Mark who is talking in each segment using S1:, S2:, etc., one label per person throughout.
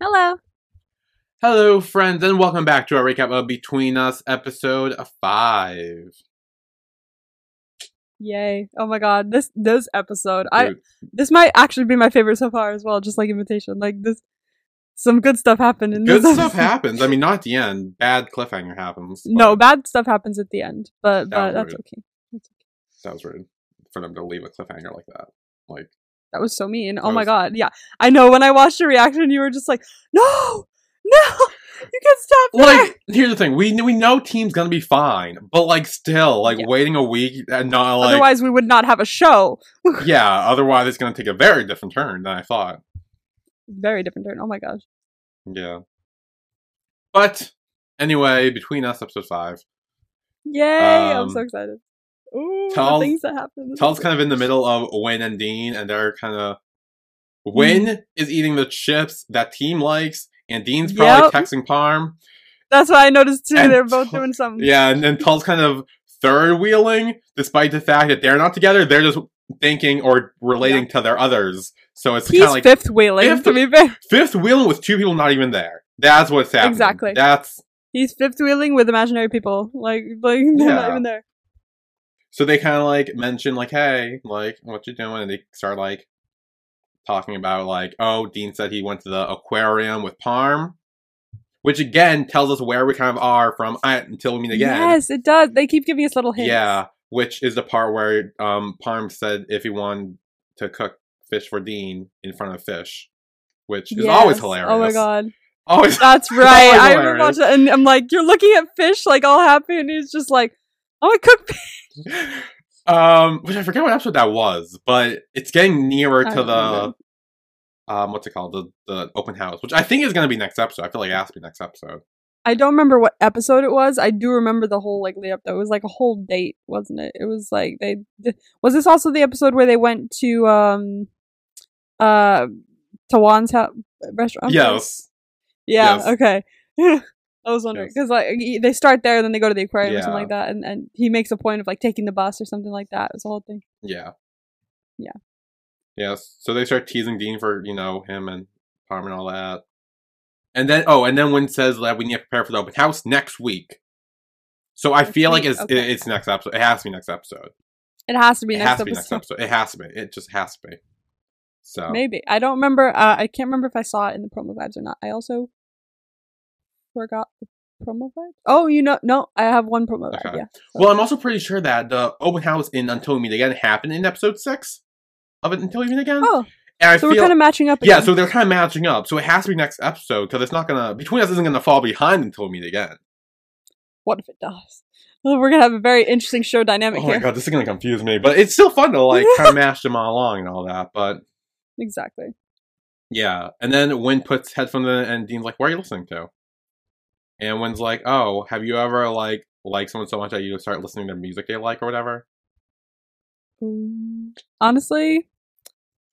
S1: Hello.
S2: Hello, friends, and welcome back to our recap of Between Us, episode five.
S1: Yay. Oh my god. This this episode. I
S2: Dude,
S1: this might actually be my favorite so far as well, just like invitation. Like this some good stuff happened in
S2: good
S1: this
S2: stuff
S1: episode.
S2: happens. I mean, not at the end. Bad cliffhanger happens. but
S1: No, bad stuff happens at the end, but but
S2: Sounds
S1: that's
S2: rude.
S1: okay. That's okay.
S2: that was rude for them to leave a cliffhanger like that. Like,
S1: That was so mean. Oh
S2: That
S1: my
S2: was-
S1: god. Yeah. I know when I watched your reaction you were just like, "No! No! You can stop there."
S2: like here's the thing: we we know team's gonna be fine, but like still, like
S1: Yeah.
S2: waiting a week and not like
S1: Otherwise we would not have a show.
S2: yeah. Otherwise, it's gonna take a very different turn than I thought.
S1: Very different turn. Oh my gosh.
S2: Yeah. But anyway, Between Us, episode five.
S1: Yay! I'm
S2: Um,
S1: so excited. Ooh,
S2: Tal-
S1: the things that happen. this
S2: Tell's
S1: episode.
S2: kind of in the middle of Win and Dean, and they're kind of. Win
S1: Mm.
S2: is eating the chips that team likes, and Dean's probably
S1: Yep.
S2: texting Parm.
S1: That's what I noticed too.
S2: And
S1: They're both
S2: Tal-
S1: doing something.
S2: Yeah, and then Tell's kind of third wheeling, despite the fact that they're not together. They're just thinking or relating to their others. So it's kind
S1: He's
S2: of like
S1: fifth wheeling,
S2: fifth-
S1: to be fair.
S2: fifth wheeling with two people not even there. That's what's happening.
S1: Exactly.
S2: That's
S1: He's fifth wheeling with imaginary people. Like, like they're not
S2: Yeah.
S1: even there.
S2: so they kind of like mention like, hey, like what you doing? And they start like talking about like, oh, Dean said he went to the aquarium with Parm, which again tells us where we kind of are from uh, until we meet again.
S1: Yes, it does. They keep giving us little hints.
S2: Yeah, which is the part where um Parm said if he wanted to cook fish for Dean in front of fish, which is always
S1: Yes.
S2: hilarious.
S1: Oh my god.
S2: Always
S1: That's right.
S2: always
S1: I remember
S2: hilarious.
S1: watching that and I'm like, you're looking at fish like all happy and he's just like, Oh I cook fish.
S2: um which I forget what episode that was, but it's getting nearer
S1: I
S2: to
S1: don't
S2: the
S1: remember.
S2: um what's it called? The the open house, which I think is gonna be next episode. I feel like it has to be next episode.
S1: I don't remember what episode it was. I do remember the whole like lead up though. It was like a whole date, wasn't it? It was like they th- was this also the episode where they went to um uh Tawan's house restaurant?
S2: yes.
S1: Yeah.
S2: Yes.
S1: Okay. I was wondering
S2: Yes.
S1: because like y- they start there, then they go to the aquarium or something
S2: Yeah.
S1: like that, and, and he makes a point of like taking the bus or something like that. It was the whole thing.
S2: Yeah.
S1: Yeah.
S2: Yes. So they start teasing Dean for, you know, him and Parm and all that. And then oh, and then Wynn says that we need to prepare for the open house next week. So I
S1: Next
S2: feel like
S1: week,
S2: it's
S1: okay.
S2: it, it's next episode. It has to be next episode.
S1: It has to be
S2: it
S1: next
S2: has to
S1: episode.
S2: be next episode. It has to be. It just has to be. So
S1: Maybe I don't remember. Uh, I can't remember if I saw it in the promo vibes or not. I also forgot the promo vibe. Oh, you know, no, I have one promo vibe.
S2: Okay.
S1: Yeah.
S2: Well, I'm also pretty sure that the open house in Until We Meet Again happened in episode six of it Until We Meet Again.
S1: Oh,
S2: and I
S1: so we're
S2: feel
S1: kind of matching up.
S2: yeah,
S1: again.
S2: so they're kind of matching up. So it has to be next episode because it's not gonna between us isn't gonna fall behind until we meet again.
S1: what if it does? Well, we're gonna have a very interesting show dynamic
S2: Oh my
S1: here.
S2: god, this is gonna confuse me, but it's still fun to like kind of mash them all along and all that. But
S1: Exactly.
S2: yeah, and then Win puts headphones in and Dean's like, "What are you listening to?" And Win's like, "Oh, have you ever like liked someone so much that you start listening to their music they like or whatever?"
S1: Um, honestly,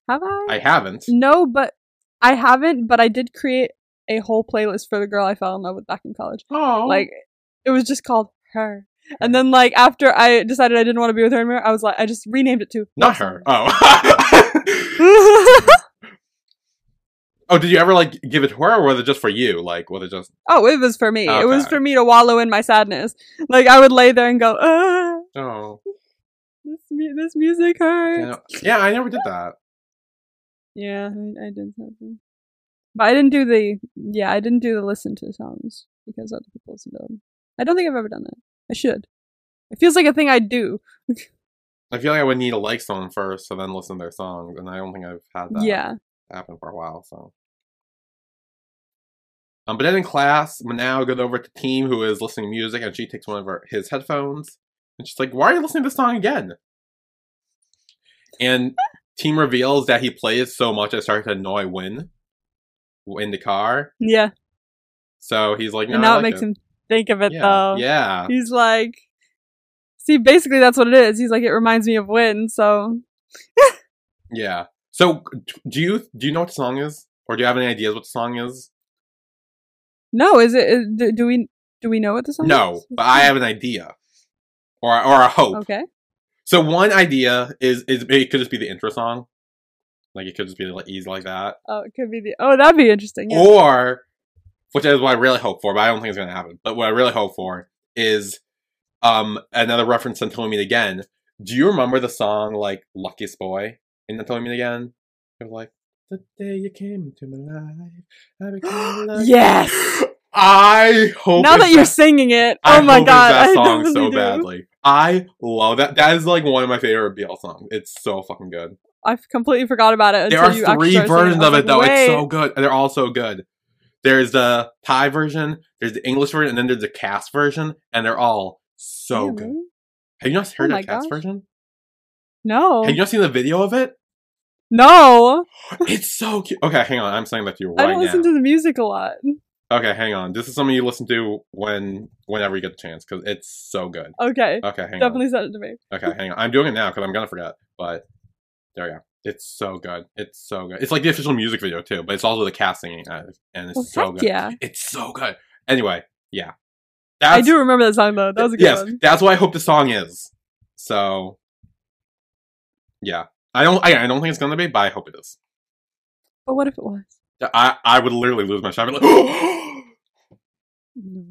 S1: have I?
S2: I haven't.
S1: No, but I haven't. But I did create a whole playlist for the girl I fell in love with back in college.
S2: Oh,
S1: Like it was just called her. And then like after I decided I didn't want to be with her anymore, I was like I just renamed it to
S2: not her. Oh. Oh, did you ever like give it to her, or was it just for you? Like, was it just
S1: oh, it was for me. It was
S2: Okay.
S1: for me to wallow in my sadness. Like I would lay there and go, ah,
S2: oh?
S1: this mu- this music
S2: You
S1: hurts.
S2: know- Yeah, I never did that.
S1: Yeah, I, I did something. But I didn't do the yeah, I didn't do the listen to songs because other people listen to them. I don't think I've ever done that. I should. It feels like a thing I do.
S2: I feel like I would need to like someone first, so then listen to their songs, and I don't think I've had that
S1: Yeah.
S2: happen for a while. So, um, but then in class, Manal goes over to Team, who is listening to music, and she takes one of her, his headphones, and she's like, "Why are you listening to this song again?" And Team reveals that he plays so much it starts to annoy Win in the car.
S1: Yeah.
S2: So he's like, "No,
S1: and
S2: I
S1: now it
S2: like
S1: makes
S2: it."
S1: him think of it
S2: yeah,
S1: though.
S2: yeah,
S1: He's like, see, basically that's what it is. He's like, it reminds me of Win. So
S2: yeah. So do you do you know what the song is, or do you have any ideas what the song is?
S1: no, is it? Is, do, do we do we know what the song?
S2: No,
S1: is?
S2: but I have an idea, or or a hope.
S1: Okay.
S2: So one idea is is it could just be the intro song, Like it could just be like easy like that.
S1: Oh, it could be the. Oh, that'd be interesting. Yeah.
S2: Or, which is what I really hope for, but I don't think it's going to happen. But what I really hope for is um another reference to Until We Meet Again. Do you remember the song like Luckiest Boy in Until We Meet Again? It was like, The day you came into my life, I became lucky."
S1: Yes.
S2: I hope
S1: now
S2: it's
S1: that you're singing it,
S2: Oh, I
S1: oh my
S2: hope it's
S1: god, I
S2: that song
S1: really
S2: so
S1: do.
S2: badly. I love that. That is like one of my favorite Beatles songs. It's so fucking good.
S1: I completely forgot about it.
S2: There
S1: until
S2: are
S1: you actually
S2: three
S1: started singing
S2: versions
S1: I
S2: of
S1: was
S2: it though.
S1: like,
S2: It's
S1: wait.
S2: so good. They're all so good. There's the Thai version, there's the English version, and then there's the cast version, and they're all so
S1: Damn,
S2: good.
S1: really? Oh
S2: Have you not heard
S1: my
S2: the
S1: gosh.
S2: cast
S1: Oh.
S2: version?
S1: No,
S2: Have you not seen the video of it? Oh,
S1: no,
S2: It's so cute. Okay, hang on. I'm saying that to you
S1: I
S2: right
S1: don't
S2: now.
S1: listen to the music a lot.
S2: okay, hang on. This is something you listen to when whenever you get the chance because it's so good.
S1: Okay,
S2: Okay, Oh, hang on.
S1: definitely send it to me.
S2: Okay, hang on. I'm doing it now because I'm gonna forget. But there we go. It's so good. It's so good. It's like the official music video too, but it's also the cast singing uh, and it's
S1: Well,
S2: so
S1: heck
S2: good.
S1: yeah,
S2: It's so good. Anyway, yeah.
S1: I do remember that song though. That was a good
S2: yes,
S1: one.
S2: that's what I hope the song is. So, yeah, I don't. I, I don't think it's gonna be, but I hope it is.
S1: But what if it was?
S2: I I would literally lose my shit. I'd be like,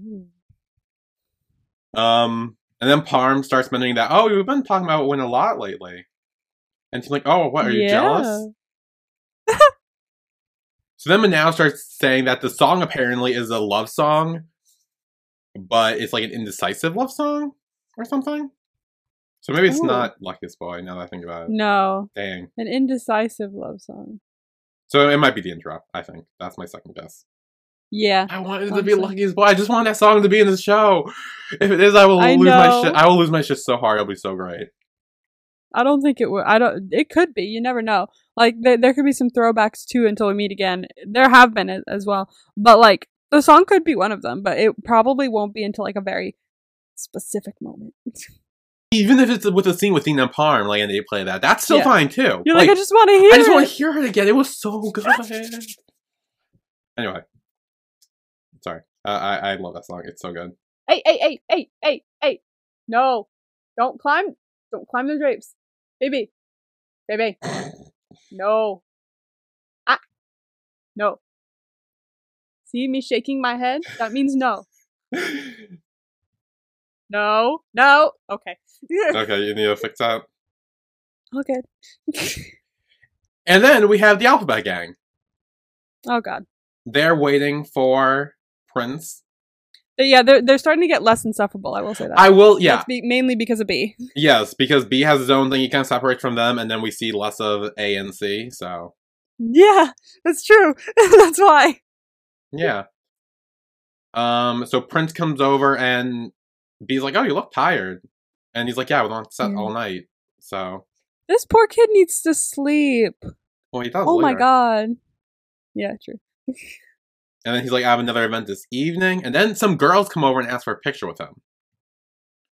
S1: No.
S2: um, and then Parm starts mentioning that. Oh, we've been talking about Win a lot lately, and she's like, "Oh, what are you jealous?" So then Manal starts saying that the song apparently is a love song, but it's like an indecisive love song or something. So maybe it's
S1: Ooh.
S2: not Luckiest Boy now that I think about it.
S1: No,
S2: Dang.
S1: an indecisive love song.
S2: So it might be the intro, I think. That's my second guess.
S1: Yeah,
S2: I wanted it to
S1: Love
S2: be
S1: song.
S2: Luckiest Boy. I just want that song to be in the show. If it is, I will
S1: I
S2: lose my
S1: know.
S2: shit. I will lose my shit so hard. It'll be so great.
S1: I don't think it would. I don't. It could be. You never know. Like there, there could be some throwbacks too until we meet again. There have been a- as well, but like the song could be one of them. But it probably won't be until like a very specific moment.
S2: Even if it's with a scene with Nina Parm, like, and they play that, that's still
S1: Yeah.
S2: fine too.
S1: You're like, I just want to hear.
S2: I just want
S1: it."
S2: to hear it again. It was so good. anyway, sorry. I I, I love that song. It's so good.
S1: Hey, hey, hey, hey, hey, hey! No, don't climb. Don't climb the drapes, baby, baby. No. Ah. No. See me shaking my head? That means no. No. No. Okay.
S2: okay, you need to fix that.
S1: Okay.
S2: And then we have the Alphabet Gang.
S1: oh god.
S2: They're waiting for Prince.
S1: But yeah, they're they're starting to get less insufferable. I will say that.
S2: I will, yeah,
S1: That's be- mainly because of B.
S2: yes, because B has his own thing. He kind of separates from them, and then we see less of A and C. So
S1: Yeah, that's true. that's why.
S2: yeah. Um. So Prince comes over, and B's like, "Oh, you look tired," and he's like, "Yeah, we're on set
S1: Yeah.
S2: all night." So
S1: This poor kid needs to sleep.
S2: well, he does.
S1: Oh my
S2: later.
S1: god. Yeah, true.
S2: And then he's like, I have another event this evening. And then some girls come over and ask for a picture with him.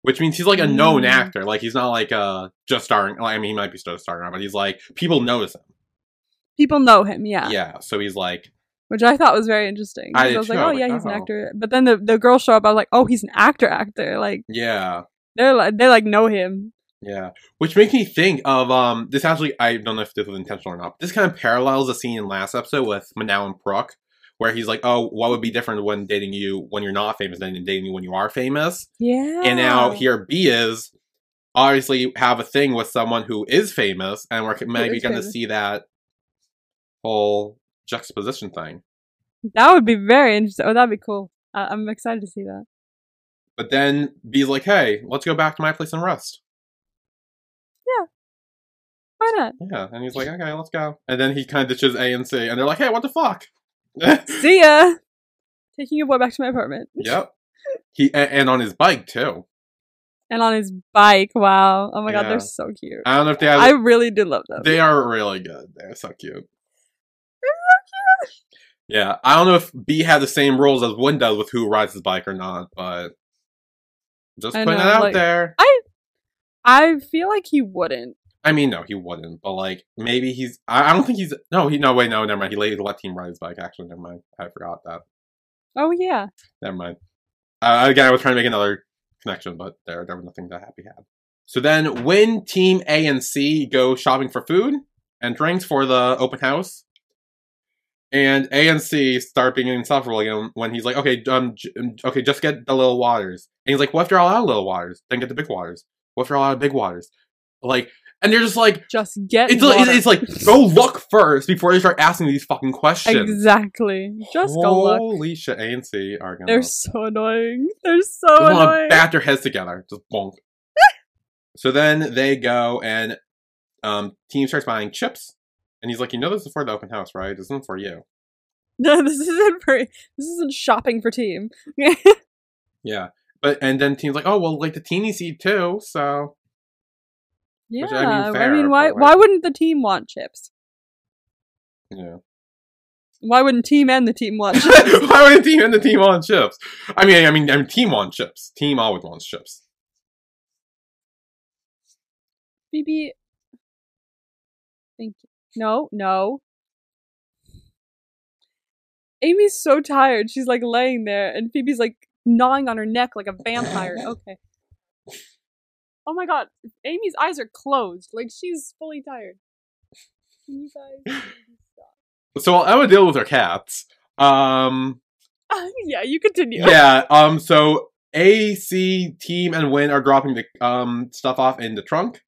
S2: Which means he's like a known
S1: Mm.
S2: actor. Like he's not like uh just starting like, I mean he might be still starting out, but he's like people notice him.
S1: People know him,
S2: Yeah.
S1: yeah.
S2: So he's like
S1: Which I thought was very interesting.
S2: I
S1: 'cause
S2: did
S1: was
S2: too,
S1: like,
S2: I
S1: oh
S2: was like,
S1: yeah, he's an
S2: oh.
S1: actor. But then the, the girls show up. I was like, oh, he's an actor, actor. Like
S2: Yeah.
S1: they're like they like know him.
S2: Yeah. Which makes me think of um this actually I don't know if this was intentional or not. This kind of parallels the scene in last episode with Manow and Brooke, where he's like, Oh, what would be different when dating you when you're not famous than dating you when you are famous?
S1: Yeah.
S2: and now here B is obviously have a thing with someone who is famous, and we're maybe
S1: is
S2: going to
S1: famous.
S2: see that whole juxtaposition thing.
S1: that would be very interesting. Oh, that'd be cool. I- I'm excited to see that.
S2: But then B's like, "Hey, let's go back to my place and rest."
S1: Why not?
S2: Yeah, and he's like, "Okay, let's go." And then he kind of ditches A and C, and they're like, "Hey, what the fuck?"
S1: See ya. Taking your boy back to my apartment.
S2: yep. He a- and on his bike too.
S1: And on his bike. Wow. Oh my god,
S2: Yeah.
S1: they're so cute.
S2: I don't know if they
S1: I
S2: have.
S1: really do love them.
S2: they are really good. They're so cute. Yeah, I don't know if B had the same rules as Win does with who rides his bike or not, but just
S1: I
S2: putting
S1: know,
S2: it out
S1: like-
S2: there.
S1: I feel like he wouldn't.
S2: I mean, no, he wouldn't, but like maybe he's. I, I don't think he's. No, he. No, wait, no, never mind. He let, let team ride his bike. Actually, never mind. I forgot that.
S1: Oh yeah.
S2: Never mind. Uh, again, I was trying to make another connection, but there, there was nothing that happy had. So then, when Team A and C go shopping for food, and drinks for the open house. And A and C start being insufferable again when he's like, okay, um, j- um, okay, just get the little waters. And he's like, what if they're all out of little waters? Then get the big waters. What if they're all out of big waters? Like, and they're just like,
S1: Just get
S2: it's,
S1: water.
S2: like, it's like, go look first before they start asking these fucking questions.
S1: exactly. Just
S2: Holy
S1: go look.
S2: shit, A and C are gonna.
S1: They're so annoying. They're so
S2: just want to
S1: annoying.
S2: bat their heads together. Just bonk. so then they go and um, team starts buying chips, and he's like, "You know this is for the open house, right? This isn't for you."
S1: no, this isn't for, this isn't shopping for team.
S2: Yeah, but and then team's like, "Oh well, like the teenies eat too, so
S1: yeah,
S2: I mean,
S1: I
S2: fair,
S1: mean, why
S2: but, like-
S1: why wouldn't the team want chips?
S2: yeah."
S1: Why wouldn't team and the team want chips?
S2: Why would a team and the team on chips? I mean, I mean, I mean, team on chips. Team always wants chips.
S1: Phoebe, thank you. No, no. Amy's so tired. She's like laying there, and Phoebe's like gnawing on her neck like a vampire. Okay. Oh my god, Amy's eyes are closed. Like she's fully tired. Can you guys? please stop?
S2: So while Emma deal with her cats, um,
S1: yeah, you continue.
S2: yeah um so a c team and win are dropping the um stuff off in the trunk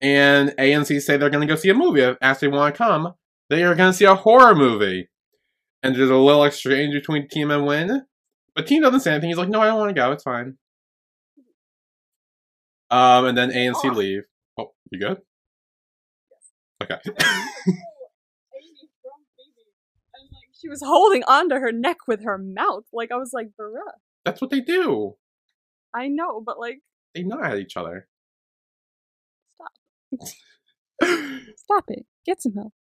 S2: and a and c say they're gonna go see a movie if as they want to come they are gonna see a horror movie and there's a little exchange between team and win but team doesn't say anything he's like no i don't want to go it's fine um and then a and c
S1: Ah.
S2: leave oh you good okay
S1: Amy from Phoebe, and like she was holding onto her neck with her mouth. Like I was like, bruh,
S2: that's what they do
S1: I know, but like,
S2: they gnaw at each other
S1: Stop.
S2: stop
S1: Stop it. Get some help.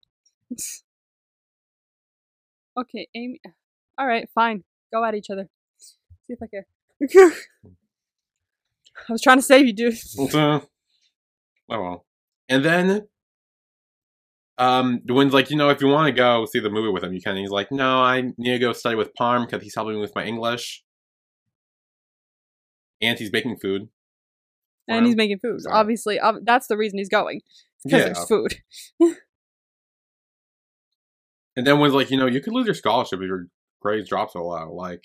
S1: okay, Amy. All right, fine. Go at each other. See if I care. I was trying to save you, dude.
S2: Well, uh, oh well. And then, um, Dwayne's like, you know, if you want to go see the movie with him, you can. And he's like, no, I need to go study with Parm because he's helping me with my English, and he's baking food.
S1: And he's making food.
S2: Sorry.
S1: Obviously, ob- that's the reason he's going. Because
S2: yeah.
S1: there's food.
S2: And then was like, you know, you could lose your scholarship if your grades drop so low. Like,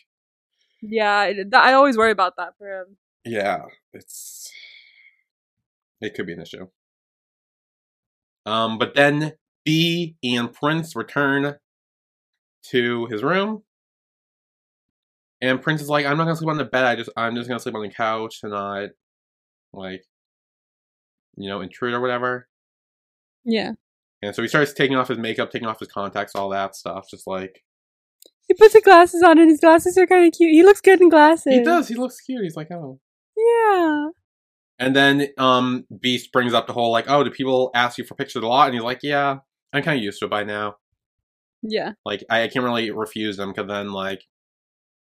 S1: Yeah, it, th- I always worry about that for him.
S2: yeah, it's it could be an issue. Um, but then B and Prince return to his room, and Prince is like, "I'm not gonna sleep on the bed. I just I'm just gonna sleep on the couch and not like you know intrude or whatever."
S1: Yeah.
S2: And so he starts taking off his makeup, taking off his contacts, all that stuff. Just like
S1: He puts the glasses on, and his glasses are kind of cute. He looks good in glasses.
S2: he does, he looks cute. He's like, "Oh."
S1: Yeah.
S2: And then um Beast brings up the whole like, oh, do people ask you for pictures a lot? And he's like, yeah, I'm kind of used to it by now.
S1: Yeah.
S2: Like I, I can't really refuse them because then like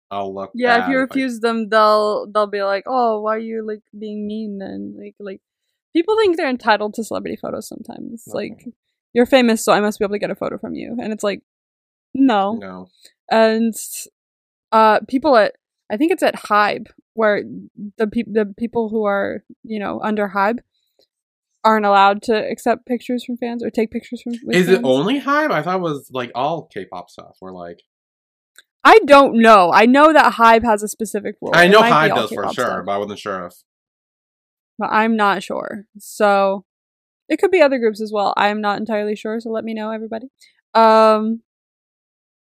S2: I'll look.
S1: Yeah, if
S2: bad
S1: you
S2: I-
S1: refuse them, they'll they'll be like, "Oh, why are you like being mean?" Then like like people think they're entitled to celebrity photos sometimes.
S2: Okay.
S1: Like you're famous, so I must be able to get a photo from you, and it's like, no.
S2: no.
S1: And uh, people at I think it's at Hybe where the peop the people who are you know under Hybe aren't allowed to accept pictures from fans or take pictures from. with
S2: Is it
S1: fans.
S2: only Hype? I thought it was like all K-pop stuff. Or like
S1: I don't know. I know that Hybe has a specific rule.
S2: I
S1: It
S2: know
S1: might be
S2: Hype
S1: all
S2: does for
S1: K-pop
S2: sure,
S1: stuff.
S2: but I wasn't sure if
S1: but I'm not sure. So it could be other groups as well. I'm not entirely sure, so let me know, everybody. Um,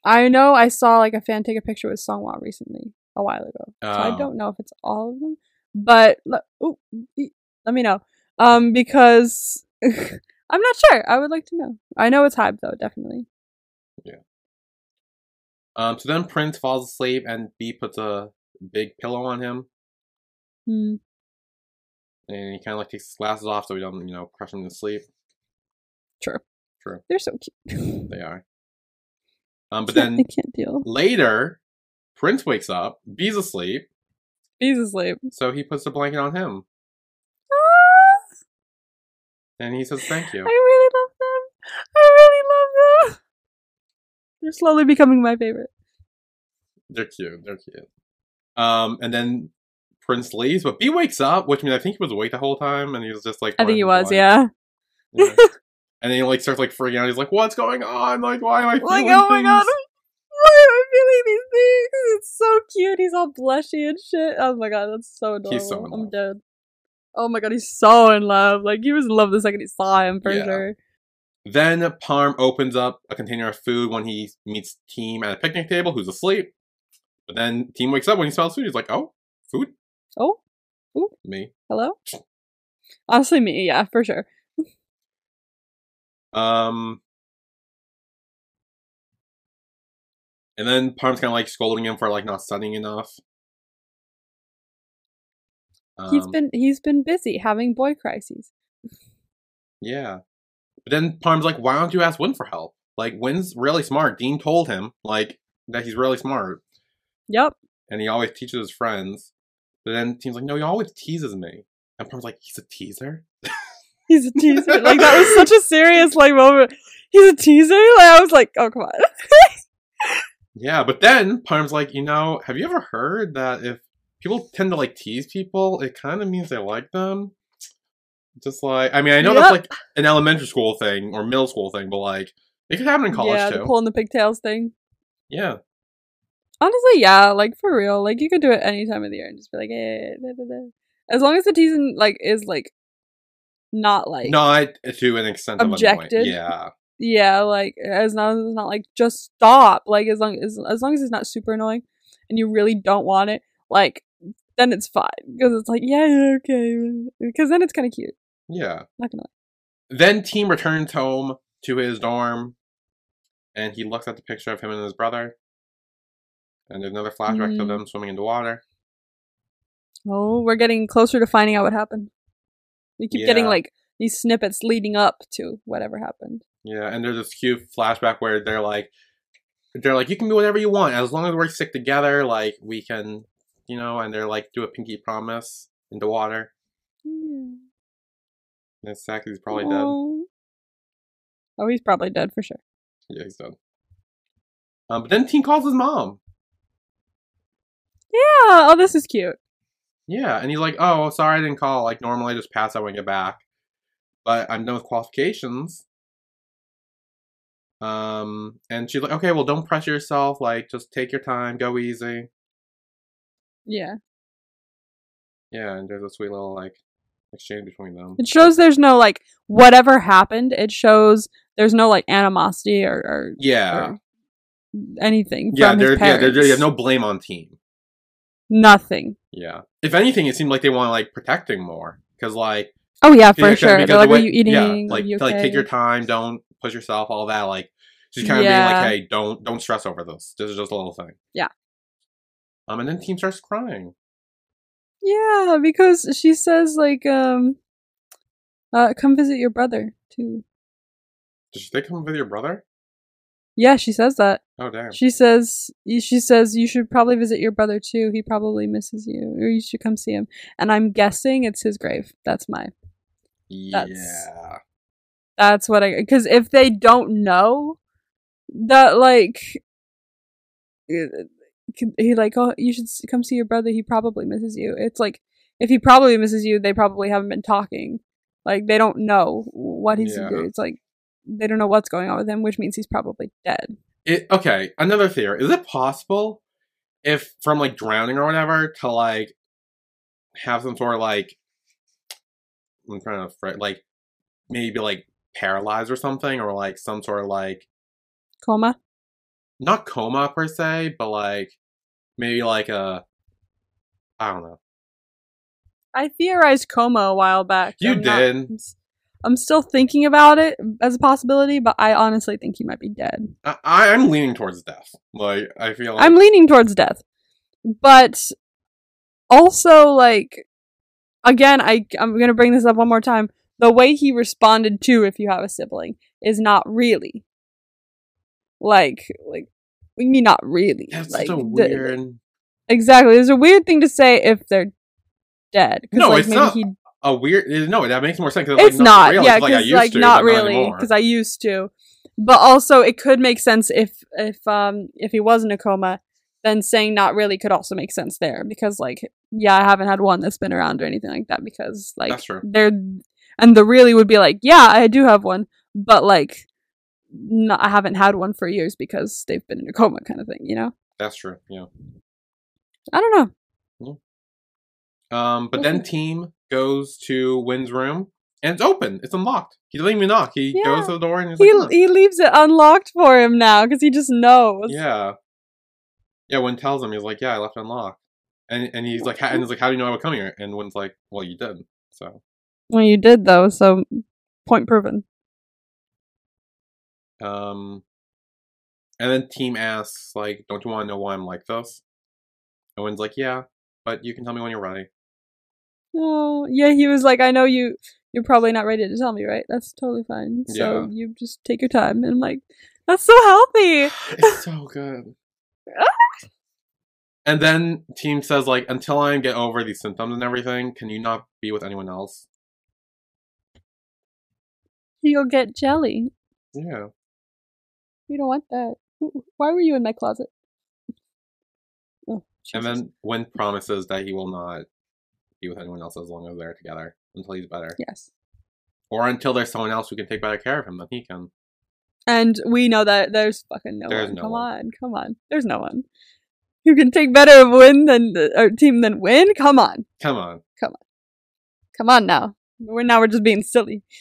S1: I know I saw like a fan take a picture with Songwa recently, a while ago. So
S2: Oh.
S1: I don't know if it's all of them, but le- ooh, e- let me know. Um, because I'm not sure. I would like to know. I know it's hype though, definitely.
S2: Um, so then Prince falls asleep and B puts a big pillow on him,
S1: Hmm.
S2: and he kind of like takes his glasses off so he doesn't you know crush him to sleep.
S1: True.
S2: True.
S1: They're so cute.
S2: They are. Um, but
S1: I
S2: then
S1: can't deal.
S2: Later, Prince wakes up. B's asleep,
S1: He's asleep.
S2: so he puts the blanket on him,
S1: Ah!
S2: and he says, "Thank you."
S1: I really love them. I really love them. They're slowly becoming my favorite.
S2: They're cute. They're cute. Um, and then Prince leaves, but B wakes up, which means I think he was awake the whole time, and he was just like,
S1: I think he
S2: wanting
S1: was,
S2: to,
S1: yeah.
S2: like- And then he like starts like freaking out. He's like, "What's going on? Like, why am I
S1: Like,
S2: feeling
S1: oh my god,
S2: things?"
S1: why am I feeling these things? It's so cute. He's all blushy and shit. Oh my god, that's so adorable.
S2: He's so in
S1: I'm
S2: love.
S1: dead. Oh my god, he's so in love. Like he was in love the second he saw him for
S2: Yeah.
S1: sure.
S2: Then Parm opens up a container of food when he meets Team at a picnic table, who's asleep. But then Team wakes up when he smells food. He's like, "Oh, food,
S1: Oh,
S2: me."
S1: hello. Honestly, me, yeah, for sure.
S2: Um, and then Parm's kind of like scolding him for like not studying enough.
S1: he's
S2: Um,
S1: been he's been busy having boy crises.
S2: Yeah. But then Parm's like, why don't you ask Win for help? Like, Win's really smart. Dean told him, like, that he's really smart
S1: Yep.
S2: and he always teaches his friends. But then Dean's like, no, he always teases me. And Parm's like, he's a teaser?
S1: He's a teaser. like that was such a serious like moment. He's a teaser? Like I was like, oh come on.
S2: Yeah. But then Parm's like, you know, have you ever heard that if people tend to like tease people, it kind of means they like them? Just like, I mean, I know that's
S1: Yep.
S2: like an elementary school thing or middle school thing, but like, it could happen in college
S1: yeah,
S2: too.
S1: the pulling the pigtails thing.
S2: yeah.
S1: Honestly, yeah, like for real. Like you could do it any time of the year and just be like, eh, da, da, da. as long as the teasing like is like not like
S2: Not to an extent of annoying.
S1: Objected.
S2: Yeah.
S1: yeah, like as long as it's not like just stop. Like as long as as long as it's not super annoying and you really don't want it, like then it's fine because it's like yeah, yeah okay because then it's kind of cute.
S2: Yeah.
S1: Not gonna
S2: Then Team returns home to his dorm and he looks at the picture of him and his brother. And there's another flashback to
S1: Mhm.
S2: them swimming in the water.
S1: lie. Oh, we're getting closer to finding out what happened. We keep getting
S2: Yeah.
S1: like these snippets leading up to whatever happened.
S2: Yeah, and there's this cute flashback where they're like they're like, You can be whatever you want, as long as we're stick together, like we can you know, and they're like do a pinky promise in the water.
S1: Yeah.
S2: And Sack he's probably dead.
S1: Oh. Oh, he's probably dead for sure.
S2: Yeah, he's dead. Um, but then Team calls his mom.
S1: Yeah. Oh, this is cute.
S2: Yeah, and he's like, "Oh, sorry, I didn't call. Like normally, I just pass out when I get back, but I'm done with qualifications." Um, and she's like, "Okay, well, don't pressure yourself. Like, just take your time, go easy."
S1: Yeah.
S2: Yeah, and there's a sweet little like exchange between them.
S1: It shows there's no like whatever happened. It shows there's no like animosity or, or,
S2: Yeah,
S1: or anything
S2: yeah,
S1: from
S2: there,
S1: his
S2: yeah,
S1: parents.
S2: there, yeah, no blame on team.
S1: nothing.
S2: Yeah, if anything, it seemed like they want like protecting more because like
S1: Oh yeah, for
S2: Yeah, 'cause-
S1: sure.
S2: because
S1: They're
S2: the
S1: like,
S2: way-
S1: "Are you eating?
S2: Yeah,
S1: Are
S2: like,
S1: you
S2: to, like take
S1: okay?"
S2: your time. Don't push yourself. All that. Like she's kind of
S1: Yeah.
S2: being like, hey, don't don't stress over this. This is just a little thing.
S1: Yeah.
S2: Um, and then team starts crying.
S1: Yeah, because she says like, um, uh, come visit your brother too.
S2: Did she say come with your brother?
S1: Yeah, she says that.
S2: Oh damn.
S1: She says she says you should probably visit your brother too. He probably misses you, or you should come see him. And I'm guessing it's his grave. That's my. That's-
S2: Yeah.
S1: That's what I because if they don't know that like it- it- he like oh you should s- come see your brother. He probably misses you. It's like if he probably misses you, they probably haven't been talking. Like they don't know what he's
S2: Yeah.
S1: doing. It's like they don't know what's going on with him, which means he's probably dead.
S2: It, okay. Another theory. Is it possible if from like drowning or whatever to like have some sort of like I'm trying to fr- like maybe like paralyzed or something or like some sort of like
S1: Coma.
S2: not coma per se, but like maybe like a I don't know.
S1: I theorized coma a while back.
S2: You
S1: I'm not-
S2: did.
S1: I'm, s- I'm still thinking about it as a possibility, but I honestly think he might be dead.
S2: I, I I'm leaning towards death. Like I feel like
S1: I'm leaning towards death, but also like again, I I'm gonna bring this up one more time. The way he responded to if you have a sibling is not really like like we mean not really
S2: that's
S1: like
S2: such a
S1: the-
S2: weird.
S1: exactly. There's a weird thing to say if they're dead. 'cause,
S2: No,
S1: like,
S2: it's
S1: maybe
S2: not.
S1: He
S2: a weird no that makes more sense 'cause,
S1: it's
S2: like,
S1: not,
S2: real,
S1: yeah,
S2: like, I
S1: because
S2: used
S1: like
S2: to,
S1: not
S2: but
S1: really,
S2: anymore.
S1: because I used to, but also it could make sense if if um if he was in a coma, then saying not really could also make sense there because like yeah, I haven't had one that's been around or anything like that because like
S2: That's true.
S1: they're and the really would be like yeah, I do have one, but like no, I haven't had one for years because they've been in a coma kind of thing, you know?
S2: That's true. Yeah.
S1: I don't know.
S2: Um, but then
S1: Okay.
S2: team goes to Wynn's room and it's open. It's unlocked. He doesn't even knock. He
S1: Yeah.
S2: goes to the door and he's
S1: He
S2: like, "Oh."
S1: he leaves it unlocked for him now because he just knows.
S2: yeah, yeah. Wynn tells him he's like, yeah, I left it unlocked, and and he's like, "How-
S1: Mm-hmm.
S2: and he's like, how do you know I would come here? And Wynn's like, well, you did. So
S1: Well, you did though, so point proven.
S2: um, and then team asks like, don't you want to know why I'm like this? And Wynn's like, yeah, but you can tell me when you're ready.
S1: Oh yeah, he was like, I know you. You're probably not ready to tell me, right? That's totally fine. So
S2: Yeah.
S1: you just take your time, and I'm like, that's so healthy.
S2: It's so good. and then team says like, until I get over these symptoms and everything, can you not be with anyone else?
S1: You'll get jelly.
S2: Yeah.
S1: You don't want that. Wh- Why were you in my closet? Oh,
S2: And
S1: Jesus.
S2: then Wynn promises that he will not be with anyone else as long as they're together until he's better,
S1: yes,
S2: or until there's someone else who can take better care of him than he can.
S1: and we know that there's fucking no
S2: There's
S1: one.
S2: no
S1: come
S2: one.
S1: on, come on. There's no one who can take better of win than our team than win. Come on,
S2: Come on.
S1: come on now. We're now we're just being silly.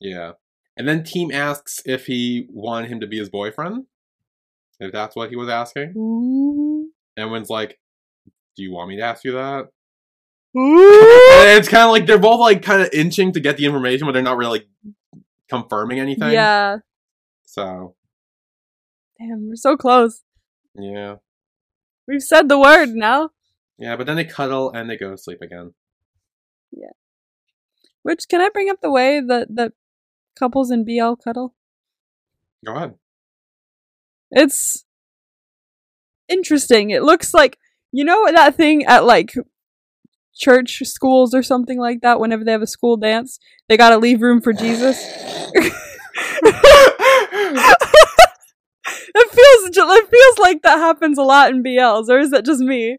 S2: Yeah. And then team asks if he wanted him to be his boyfriend, if that's what he was asking.
S1: Ooh.
S2: And Wynn's like, "Do you want me to ask you that?"
S1: Ooh.
S2: And it's kind of like they're both like kind of inching to get the information, but they're not really like, confirming anything.
S1: Yeah.
S2: So
S1: Damn, we're so close.
S2: yeah,
S1: We've said the word now.
S2: yeah. But then they cuddle and they go to sleep again.
S1: Which can I bring up the way that that couples in BL cuddle?
S2: Go ahead.
S1: It's interesting. It looks like you know that thing at like church schools or something like that. Whenever they have a school dance, they gotta leave room for Jesus. It feels ju- it feels like that happens a lot in BLs, or is that just me?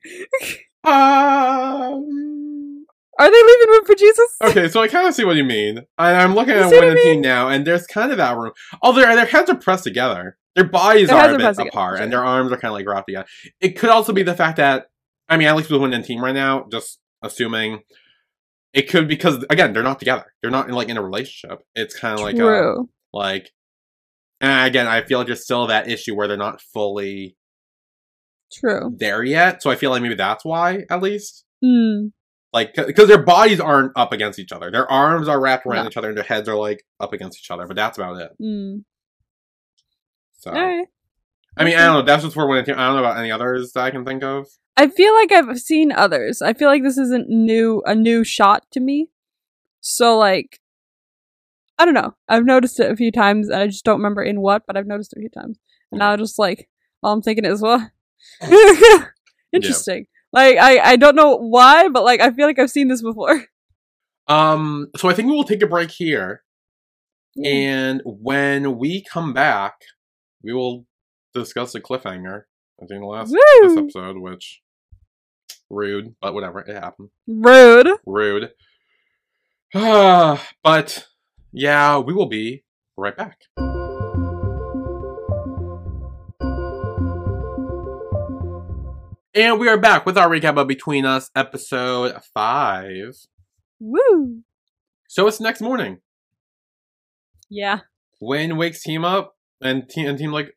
S2: um,
S1: Are they leaving room for Jesus?
S2: okay, so I kind of see what you mean. I, I'm looking
S1: You
S2: at
S1: see what I
S2: Win and
S1: mean?
S2: Team now, and there's kind of that room. Oh, their their heads are pressed together. Their bodies
S1: Their heads
S2: are
S1: are
S2: a bit
S1: pressed together,
S2: apart,
S1: sure.
S2: and their arms are kind of like wrapped together. It could also be the fact that I mean, at least with Win and Team right now, just assuming it could because again, they're not together. They're not in, like in a relationship. It's kind of like a,
S1: True.
S2: like and again i feel like there's still that issue where they're not fully
S1: True.
S2: there yet so i feel like maybe that's why at least
S1: Mm,
S2: like because their bodies aren't up against each other their arms are wrapped around
S1: No.
S2: each other and their heads are like up against each other but that's about it
S1: mm.
S2: so
S1: All right.
S2: i mean i don't know that's just for one i don't know about any others that i can think of
S1: I feel like I've seen others. I feel like this isn't new a new shot to me. So like I don't know. I've noticed it a few times and I just don't remember in what, but I've noticed it a few times. And now just like all I'm thinking is well interesting. Like I, I don't know why, but like I feel like I've seen this before.
S2: um so i think we will take a break here and when we come back we will discuss the cliffhanger i think the last this
S1: Woo!
S2: episode which rude but whatever it happened
S1: Rude.
S2: Rude. Ah, but yeah, we will be right back. And we are back with our recap of Between Us, episode five.
S1: Woo.
S2: So it's next morning.
S1: Yeah.
S2: Wayne wakes team up, and team and team like,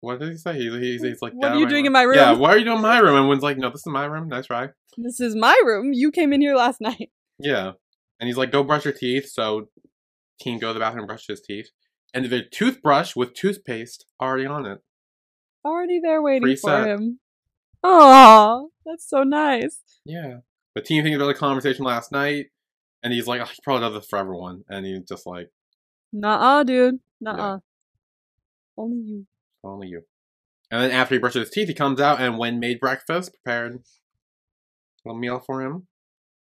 S2: what did he say? He's, he's, he's like,
S1: What are
S2: "Get out
S1: you
S2: of
S1: doing in my room?"
S2: Yeah, what are you doing in my room? And Wayne's like, no, this is my room. Nice try.
S1: This is my room. You came in here last night.
S2: Yeah. And he's like, go brush your teeth. So Teen go to the bathroom and brush his teeth. And the toothbrush with toothpaste already on it.
S1: Already there waiting for
S2: Preset.
S1: him. Oh, that's so nice.
S2: Yeah. But Teen thinks about the conversation last night. And he's like, oh, he probably does this for everyone. And he's just like,
S1: Nuh-uh, dude. Nuh-uh.
S2: Yeah.
S1: Only you.
S2: only you. And then after he brushes his teeth, he comes out and when made breakfast, prepared a little meal for him.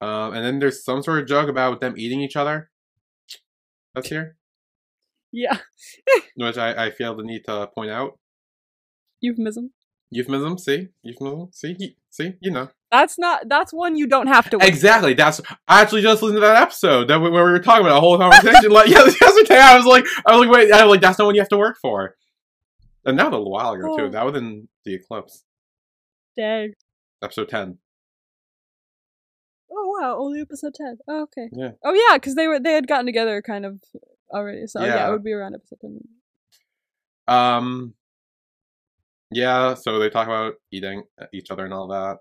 S2: Um, and then there's some sort of joke about them eating each other. That's here.
S1: Yeah.
S2: Which I, I feel the need to point out.
S1: Euphemism.
S2: Euphemism, see? Euphemism, see? He- See? You know.
S1: That's not. That's one you don't have to. Win.
S2: Exactly. That's I actually just listened to that episode that we, where we were talking about a whole conversation. like yeah, yesterday, I was like, I was like, wait, I was like, that's not one you have to work for. And that was a while ago
S1: Oh.
S2: too. That was in the eclipse,
S1: Dang.
S2: episode ten.
S1: Oh wow! Only episode ten. Oh, okay.
S2: Yeah.
S1: Oh yeah, because they were they had gotten together kind of already. So yeah,
S2: Yeah.
S1: it would be around episode ten.
S2: Um, yeah. So they talk about eating uh, each other and all that.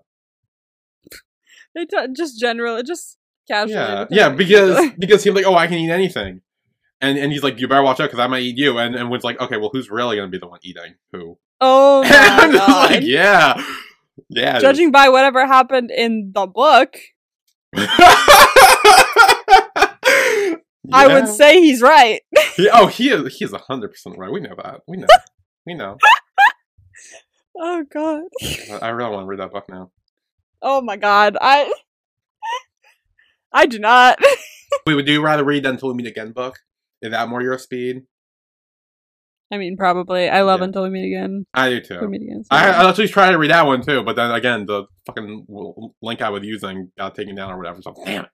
S1: They t- just general, just casually.
S2: Yeah,
S1: everything
S2: yeah.
S1: like-
S2: Because because he's like, oh, I can eat anything, and and he's like, you better watch out because I might eat you. And and Wood's like, okay, well, who's really gonna be the one eating who?
S1: oh
S2: And
S1: my
S2: I'm just
S1: god!
S2: like, yeah, yeah. it
S1: Judging by whatever happened in the book, I would
S2: Yeah.
S1: say he's right.
S2: He- oh, he is. He is hundred percent right. We know that. We know. we know.
S1: Oh god.
S2: I I really want to read that book now.
S1: Oh my god. I. I do not.
S2: We would do rather read the Until We Meet Again book. Is that more your speed?
S1: I mean, probably. I love
S2: Yeah.
S1: until we meet again.
S2: I do
S1: Until we
S2: too.
S1: meet again. so-
S2: I, I actually tried to read that one too, but then again, the fucking w- link I was using got taken down or whatever. So damn. it.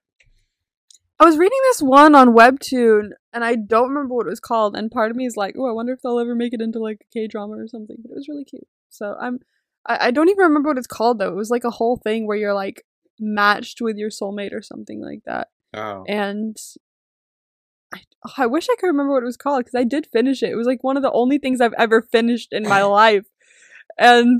S1: I was reading this one on Webtoon, and I don't remember what it was called. And part of me is like, oh, I wonder if they'll ever make it into like a K drama or something. But it was really cute. So I'm, I, I don't even remember what it's called though. It was like a whole thing where you're like matched with your soulmate or something like that.
S2: Oh.
S1: And I, oh, I wish I could remember what it was called because I did finish it. It was like one of the only things I've ever finished in my life, and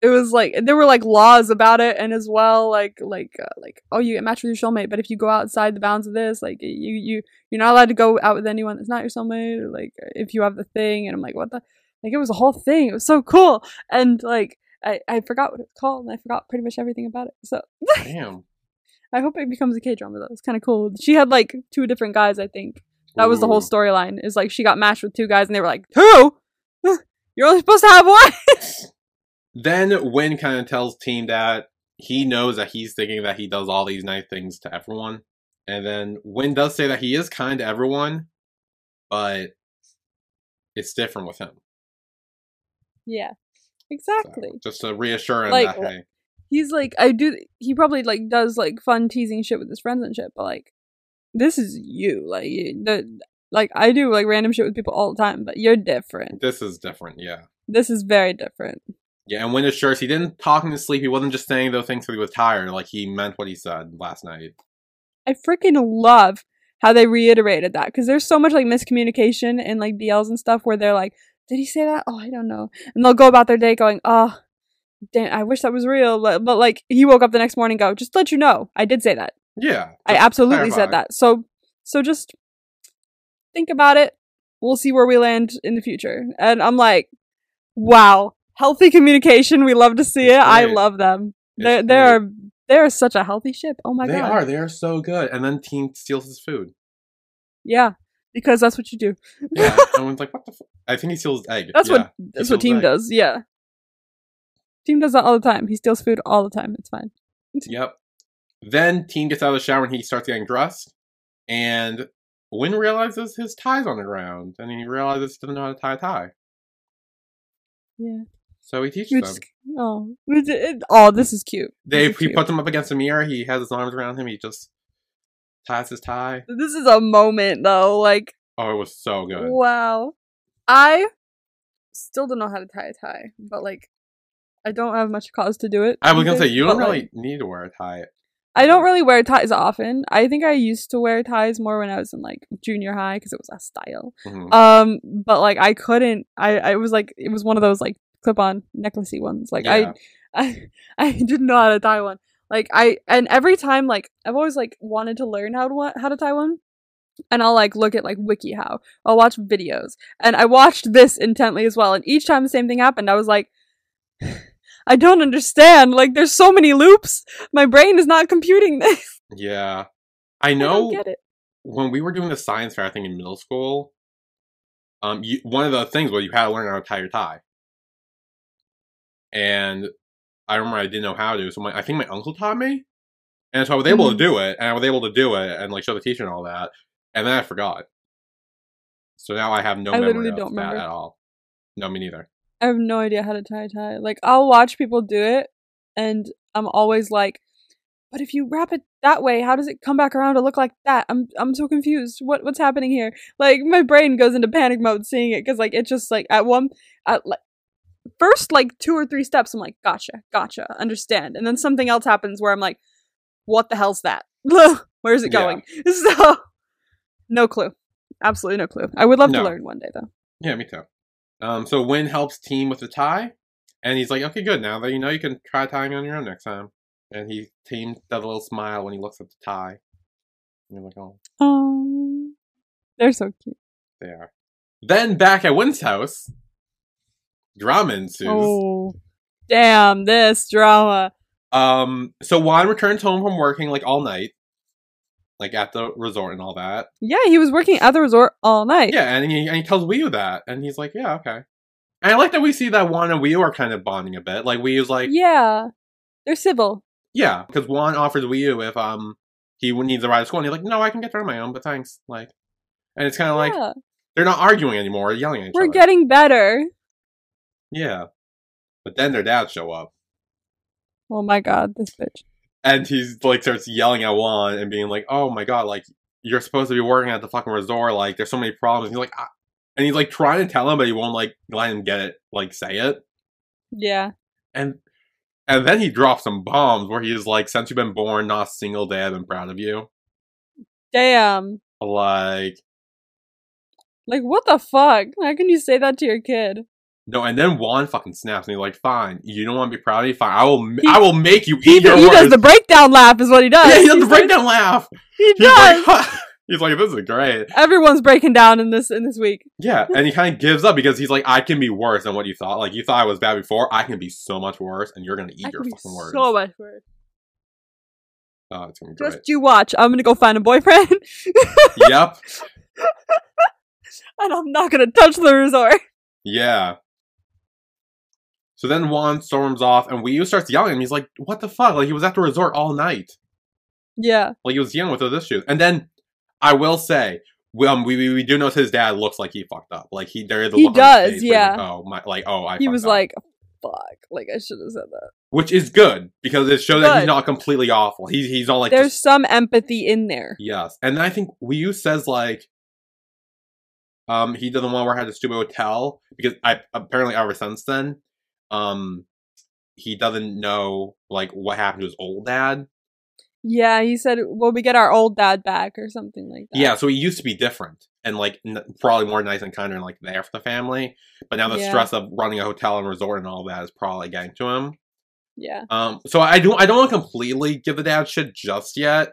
S1: it was like there were like laws about it, and as well like like uh, like oh you get matched with your soulmate, but if you go outside the bounds of this, like you you you're not allowed to go out with anyone that's not your soulmate. Or, like if you have the thing, and I'm like what the like it was a whole thing. It was so cool, and like. I, I forgot what it's called and I forgot pretty much everything about it. So
S2: Damn.
S1: I hope it becomes a K drama though. It's kind of cool. She had like two different guys, I think. That was the whole
S2: Ooh.
S1: storyline. Is like she got matched with two guys, and they were like, "Who? You're only supposed to have one."
S2: Then Win kind of tells Team that he knows that he's thinking that he does all these nice things to everyone. And then Win does say that he is kind to everyone, but it's different with him.
S1: Yeah,
S2: So,
S1: exactly.
S2: just to reassure him
S1: Like,
S2: that, hey,
S1: He's like, I do. He probably like does like fun teasing shit with his friends and shit, but like, this is you. Like you- the like I do like random shit with people all the time, but you're different.
S2: this is different. Yeah.
S1: This is very different.
S2: Yeah. And Win assures he didn't talk in his sleep. He wasn't just saying those things because he was tired. Like, he meant what he said last night.
S1: I freaking love how they reiterated that because there's so much like miscommunication and like BLs and stuff where they're like, "Did he say that? Oh, I don't know," and they'll go about their day going, "Oh, damn, I wish that was real," but, but like he woke up the next morning, and go, "Just let you know, I did say that.
S2: Yeah.
S1: I absolutely
S2: clarify.
S1: said that." So, so just think about it. We'll see where we land in the future. And I'm like, wow, healthy communication. We love to see it.
S2: It's
S1: I
S2: great.
S1: love them. They
S2: It's
S1: they
S2: great.
S1: are they are such a healthy ship. Oh my
S2: they
S1: god.
S2: are. They are so good. And then Team steals his food.
S1: Yeah, because that's what you do.
S2: Yeah. and Win's like, what the fu-" I think he steals his egg.
S1: That's
S2: yeah.
S1: what that's what
S2: steals
S1: team
S2: egg.
S1: does. Yeah, team does that all the time. He steals food all the time. It's fine.
S2: Yep. Then Teen gets out of the shower and he starts getting dressed. And Win realizes his tie's on the ground. And he realizes he doesn't know how to tie a tie.
S1: Yeah.
S2: So he teaches
S1: You
S2: them.
S1: just- oh, it- it- oh, this is cute.
S2: They,
S1: This is
S2: he
S1: cute.
S2: puts him up against a mirror. He has his arms around him. He just ties his tie.
S1: This is a moment though. Like
S2: Oh, it was so good.
S1: wow, I still don't know how to tie a tie, but like. I don't have much cause to do it.
S2: I
S1: these
S2: was gonna say
S1: days,
S2: you
S1: but,
S2: don't
S1: like,
S2: really need to wear a tie.
S1: I don't really wear ties often. I think I used to wear ties more when I was in like junior high because it was a style.
S2: Mhm.
S1: um but like i couldn't i i was like it was one of those like clip-on necklacey ones like
S2: Yeah.
S1: i i i didn't know how to tie one like i and every time like i've always like wanted to learn how to wa- how to tie one and i'll like look at like wikihow i'll watch videos and i watched this intently as well and each time the same thing happened i was like i don't understand like there's so many loops my brain is not computing this
S2: Yeah, I
S1: i don't
S2: know.
S1: get it
S2: when we were doing the science fair, I think in middle school, um, you, one of the things was you had to learn how to tie your tie. And I remember I didn't know how to, so my, I think my uncle taught me, and so I was able
S1: Mhm.
S2: to do it, and I was able to do it, and like show the teacher and all that, and then I forgot. So now I have no
S1: I
S2: memory
S1: literally
S2: of
S1: don't
S2: that
S1: remember.
S2: at all. No, me neither.
S1: I have no idea how to tie a tie. Like I'll watch people do it, and I'm always like, "But if you wrap it that way, how does it come back around to look like that?" I'm I'm so confused. What what's happening here? Like my brain goes into panic mode seeing it because like it just like at one at like first like two or three steps I'm like, "Gotcha, gotcha, understand," and then something else happens where I'm like, "What the hell's that? Where's it
S2: Yeah.
S1: going?" So no clue. Absolutely no clue. I would love
S2: No.
S1: to learn one day though.
S2: Yeah, me too. Um, so Win helps team with the tie, and he's like, "Okay, good. Now that you know, you can try tying on your own next time." And he team does a little smile when he looks at the tie. And you're like, "Oh,
S1: Oh, they're so cute.
S2: they are." Then back at Win's house, drama ensues.
S1: Oh, damn this drama.
S2: Um, so Juan returns home from working like all night, like at the resort and all that.
S1: Yeah, he was working at the resort all night.
S2: Yeah, and he, and he tells Wii that, and he's like, "Yeah, okay." And I like that we see that Juan and Wii are kind of bonding a bit. Like Wii's like,
S1: Yeah. They're civil.
S2: Yeah, because Juan offers Wii U if um he would- needs a ride to school, and he's like, "No, I can get there on my own, but thanks." Like, and it's kind of like
S1: yeah.
S2: they're not arguing anymore, they're yelling at each
S1: We're
S2: other.
S1: getting better.
S2: yeah, but then their dad show up,
S1: Oh my god, this bitch.
S2: and he's like starts yelling at Juan and being like, "Oh my god, like you're supposed to be working at the fucking resort. Like, there's so many problems." And he's like, ah. and he's like trying to tell him, but he won't like let him get it, like say it,
S1: Yeah.
S2: and. And then he drops some bombs where he's like, "Since you've been born, not a single day I've been proud of you."
S1: Damn.
S2: Like,
S1: Like what the fuck? How can you say that to your kid?
S2: No, and then Juan fucking snaps and he's like, "Fine, you don't want to be proud of me. Fine, I will. m
S1: He-
S2: I will make you
S1: He,
S2: eat your
S1: he
S2: words."
S1: does the breakdown laugh is what he does.
S2: yeah, he does the
S1: He's
S2: breakdown laugh.
S1: like- he
S2: He's
S1: does.
S2: like, he's like, "This is great."
S1: Everyone's breaking down in this in this week.
S2: Yeah, and he kind of gives up because he's like, "I can be worse than what you thought. Like you thought I was bad before. I can be so much worse, and you're gonna eat
S1: I
S2: your
S1: can be
S2: fucking words."
S1: so much worse.
S2: oh, it's gonna be great.
S1: Just you watch. I'm gonna go find a boyfriend
S2: yep.
S1: and I'm not gonna touch the resort.
S2: Yeah. So then Juan storms off, and Wii starts yelling at him. He's like, "What the fuck? Like he was at the resort all night."
S1: Yeah.
S2: Like he was dealing with those issues. And then I will say, we- um, we, we we do notice his dad looks like he fucked up. Like he there is a
S1: He
S2: look on his
S1: does,
S2: face where he's
S1: yeah.
S2: Like, oh my, like oh I.
S1: he
S2: fucked
S1: was
S2: up."
S1: like, "Fuck!" Like I should have said that.
S2: which is good because it shows that he's
S1: Good.
S2: not completely awful. He's he's not like
S1: There's
S2: just-
S1: some empathy in there.
S2: yes. And then I think Wii says like. Um, he doesn't want to work at the stupid hotel because I apparently ever since then, um, he doesn't know like what happened to his old dad.
S1: Yeah, he said, "Well, we get our old dad back" or something like that.
S2: Yeah, so he used to be different and like n- probably more nice and kinder and like there for the family. But now the
S1: Yeah.
S2: stress of running a hotel and resort and all that is probably getting to him.
S1: yeah,
S2: Um, so I do I don't want to completely give the dad shit just yet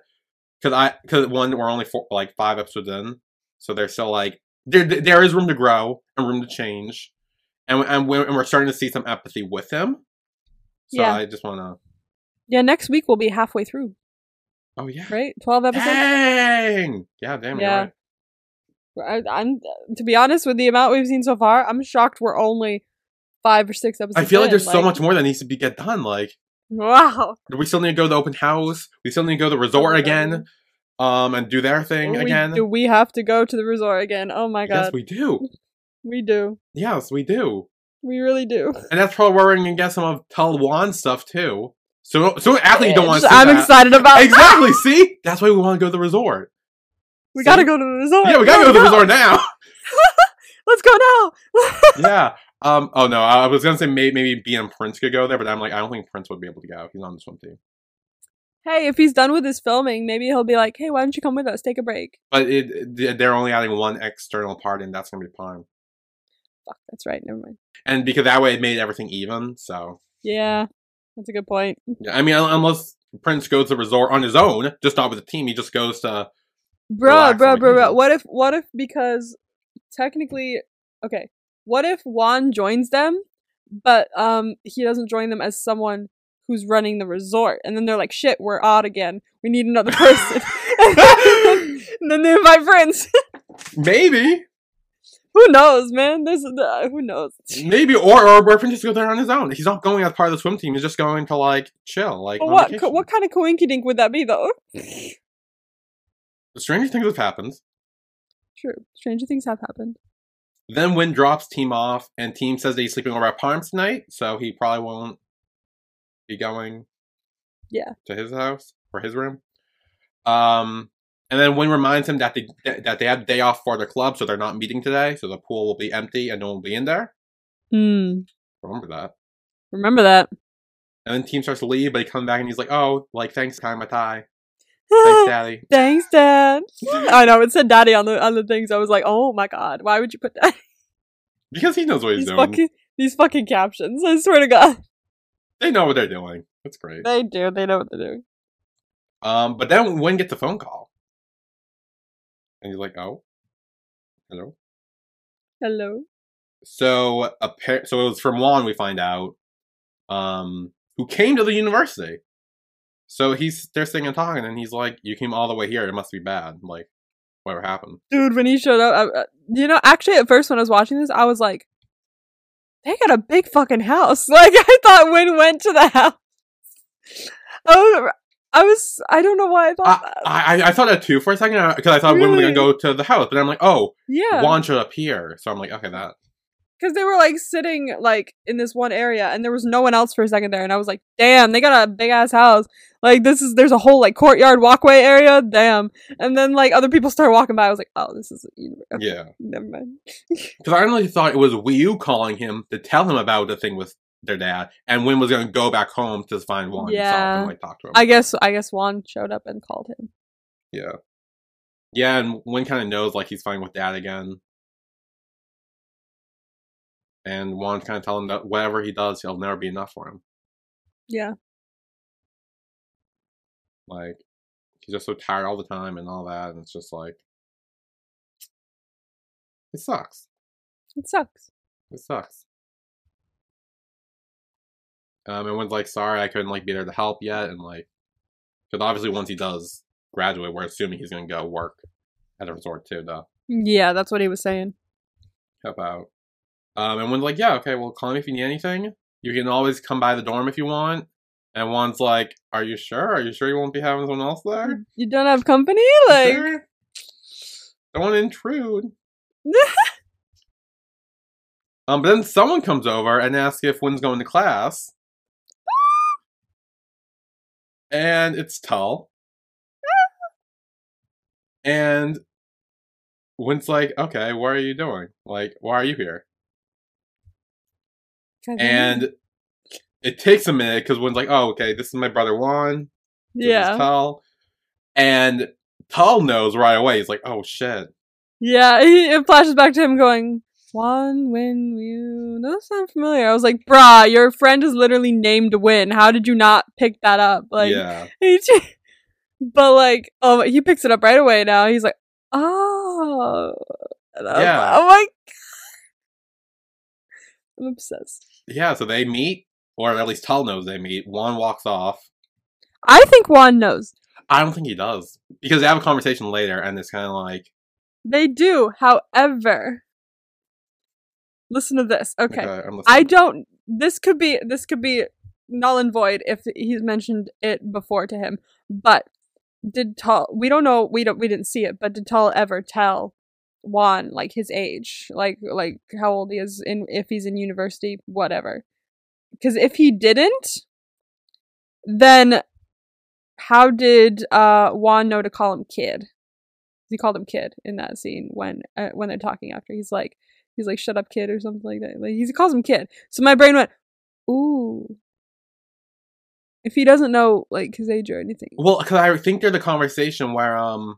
S2: because I because one we're only four, like five episodes in, so they're still like there there is room to grow and room to change, and and we're, and we're starting to see some empathy with him. So
S1: Yeah.
S2: I just want to.
S1: yeah. Next week we'll be halfway through,
S2: Oh yeah.
S1: right? Twelve episodes.
S2: Dang. Yeah. Damn. Yeah.
S1: Yeah. I, I'm to be honest with the amount we've seen so far, I'm shocked we're only five or six episodes.
S2: I feel like
S1: in,
S2: there's so much more that needs to be get done. Like.
S1: Wow.
S2: we still need to go to the open house. We still need to go to the resort
S1: my
S2: again, um, and do their thing
S1: Oh, We-
S2: again.
S1: do we have to go to the resort again? Oh my god,
S2: yes,
S1: we-,
S2: we do.
S1: do.
S2: Yes, we do.
S1: We really do.
S2: And that's probably where we're gonna get some of Tel Juan stuff too. So, so athlete, you don't want to.
S1: I'm excited about that.
S2: Exactly. See, that's why we want to go to the resort.
S1: We
S2: See?
S1: gotta go to the resort.
S2: Yeah, we gotta go to the
S1: now.
S2: resort now.
S1: Let's go now.
S2: yeah. Um. Oh no, I I was gonna say maybe, maybe B and Prince could go there, but I'm like, I don't think Prince would be able to go. He's on the swim team.
S1: Hey, if he's done with his filming, maybe he'll be like, "Hey, why don't you come with us? Take a break."
S2: But it, they're only adding one external part, and that's gonna be Parm.
S1: Fuck, that's right. Never mind.
S2: And because that way it made everything even. So.
S1: Yeah, that's a good point.
S2: Yeah, I mean, un- unless Prince goes to the resort on his own, just not with the team, he just goes to.
S1: Bruh,
S2: Relax
S1: bruh,
S2: on
S1: bruh,
S2: the
S1: bruh. What if, what if, because technically, okay, what if Juan joins them, but um, he doesn't join them as someone who's running the resort, and then they're like, "Shit, we're odd again. We need another person." and then they invite friends.
S2: Maybe,
S1: who knows, man? There's uh, who knows.
S2: maybe, or or or Prince just goes there on his own. He's not going as part of the swim team. He's just going to like chill, like
S1: But
S2: on
S1: what
S2: vacation.
S1: what kind of coinky dink would that be though?
S2: Stranger things have happened.
S1: True. Stranger things have happened.
S2: Then Wind drops Team off, and Team says that he's sleeping over at Parm's tonight, so he probably won't be going.
S1: Yeah.
S2: To his house or his room. Um, and then Win reminds him that they that they have a day off for the club, so they're not meeting today, so the pool will be empty and no one will be in there.
S1: Hmm.
S2: Remember that.
S1: Remember that.
S2: And then Team starts to leave, but he comes back and he's like, "Oh, like thanks, Kai Matai. Thanks, Daddy."
S1: Thanks, Dad. I know it said "daddy" on the on the things. I was like, "Oh my god, why would you put that?"
S2: Because he knows what he's
S1: These
S2: doing.
S1: fucking these fucking captions. I swear to God,
S2: They know what they're doing. That's great.
S1: they do. They know what they're doing.
S2: Um, but then Win gets a phone call. And he's like, oh, hello.
S1: Hello.
S2: So, a pair, so it was from Juan, we find out, um, who came to the university. So he's, they're sitting and talking, and he's like, you came all the way here. It must be bad. I'm like, whatever happened.
S1: dude when he showed up I, I- you know actually at first when i was watching this i was like they got a big fucking house like i thought Win went to the house i was i, was, I don't know why i thought
S2: I,
S1: that
S2: I, I thought that too for a second, because I thought Win was
S1: Really?
S2: going to go to the house. But I'm like, oh,
S1: yeah
S2: Juan showed up here. So I'm like, okay, that.
S1: because they were like sitting like in this one area and there was no one else for a second there and i was like damn they got a big ass house like this is there's a whole like courtyard walkway area damn and then like other people start walking by i was like oh this is okay,
S2: Yeah.
S1: never mind
S2: Because I really thought it was Wu calling him to tell him about the thing with their dad, and Win was going to go back home to find Juan himself
S1: Yeah.
S2: and like talk to him.
S1: i guess i guess juan showed up and called him
S2: yeah, yeah, and Win kind of knows like he's fighting with dad again, and Juan's kind of telling him that whatever he does, he'll never be enough for him.
S1: yeah
S2: Like he's just so tired all the time and all that, and it's just like it sucks.
S1: It sucks.
S2: It sucks. Um, and was like, sorry, I couldn't like be there to help yet, and like, because obviously once he does graduate, we're assuming he's gonna go work at a resort too to
S1: Yeah, that's what he was saying.
S2: help out. Um, and one's like, yeah, okay, well, call me if you need anything. You can always come by the dorm if you want. And one's like, are you sure? Are you sure you won't be having someone else there?
S1: You don't have company?
S2: You
S1: Like,
S2: sure? Don't want to intrude. Um, but then someone comes over and asks if Wynn's going to class. and it's Tull. and Wynn's like, okay, what are you doing? Like, why are you here?
S1: Mm-hmm.
S2: And it takes a minute because Wynn's like, oh, okay, this is my brother Juan. This is
S1: yeah,
S2: Tull. And Tull knows right away. He's like, oh, shit.
S1: yeah, he, it flashes back to him going, "One win, you." No, that sounds familiar. I was like, "Bruh, your friend is literally named Win. How did you not pick that up?" Like,
S2: yeah.
S1: he j- but like, oh, he picks it up right away. Now he's like, "Oh, And I was
S2: Yeah.
S1: like, Oh my, I'm obsessed.
S2: Yeah, so they meet, or at least Tull knows they meet. Juan walks off.
S1: I think Juan knows.
S2: I don't think he does because they have a conversation later, and it's kind of like
S1: They do, however. Listen to this. Okay.
S2: I'm listening.
S1: I don't this could be this could be null and void if he's mentioned it before to him. But did Tal we don't know we don't we didn't see it, but did Tal ever tell Juan like his age, like like how old he is in if he's in university, whatever. Cuz if he didn't then how did uh Juan know to call him kid? He called him kid in that scene when uh, when they're talking after. He's like he's like shut up kid or something like that. Like he calls him kid. So my brain went, "Ooh." If he doesn't know like his age or anything.
S2: well because I think they're the conversation where um